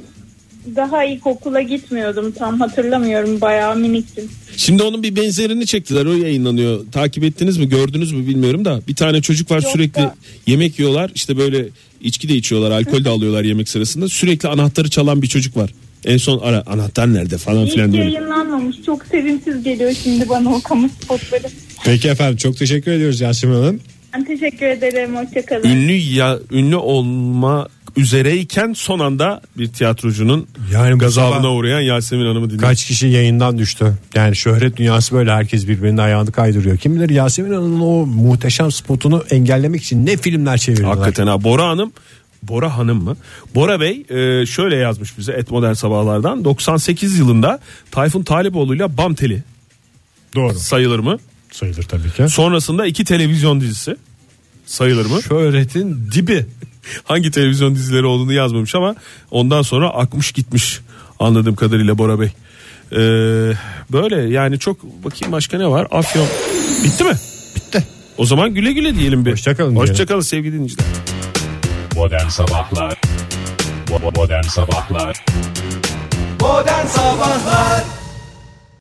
Speaker 16: daha ilk okula gitmiyordum tam hatırlamıyorum bayağı miniktim.
Speaker 3: Şimdi onun bir benzerini çektiler o yayınlanıyor. Takip ettiniz mi gördünüz mü bilmiyorum da bir tane çocuk var
Speaker 16: Yok
Speaker 3: sürekli
Speaker 16: da-
Speaker 3: yemek yiyorlar işte böyle içki de içiyorlar alkol de alıyorlar yemek sırasında sürekli anahtarı çalan bir çocuk var. En son ara anahtar nerede falan
Speaker 16: İlk
Speaker 3: filan diyor.
Speaker 16: yayınlanmamış çok sevimsiz geliyor şimdi bana o kamu spotları.
Speaker 2: Peki efendim çok teşekkür ediyoruz Yasemin Hanım.
Speaker 16: Ben teşekkür ederim hoşçakalın.
Speaker 3: Ünlü ya ünlü olma üzereyken son anda bir tiyatrocunun
Speaker 2: Yani bu
Speaker 3: gazabına
Speaker 2: sabah-
Speaker 3: uğrayan Yasemin Hanım'ı dinledik.
Speaker 2: Kaç kişi yayından düştü. Yani şöhret dünyası böyle herkes birbirinin ayağını kaydırıyor. Kim bilir Yasemin Hanım'ın o muhteşem spotunu engellemek için ne filmler çevirdiler.
Speaker 3: Hakikaten ha Bora Hanım Bora Hanım mı? Bora Bey e, şöyle yazmış bize Et Modern Sabahlar'dan 98 yılında Tayfun Talipoğlu ile Bam Teli.
Speaker 2: Doğru.
Speaker 3: Sayılır mı?
Speaker 2: Sayılır tabii ki.
Speaker 3: Sonrasında iki televizyon dizisi. Sayılır mı?
Speaker 2: Şöhretin dibi.
Speaker 3: *laughs* Hangi televizyon dizileri olduğunu yazmamış ama ondan sonra akmış gitmiş anladığım kadarıyla Bora Bey. E, böyle yani çok bakayım başka ne var? Afyon. Bitti mi? Bitti. O zaman güle güle diyelim bir. Hoşçakalın. Hoşçakalın sevgili dinleyiciler.
Speaker 17: Modern Sabahlar Bo- Modern Sabahlar
Speaker 14: Modern Sabahlar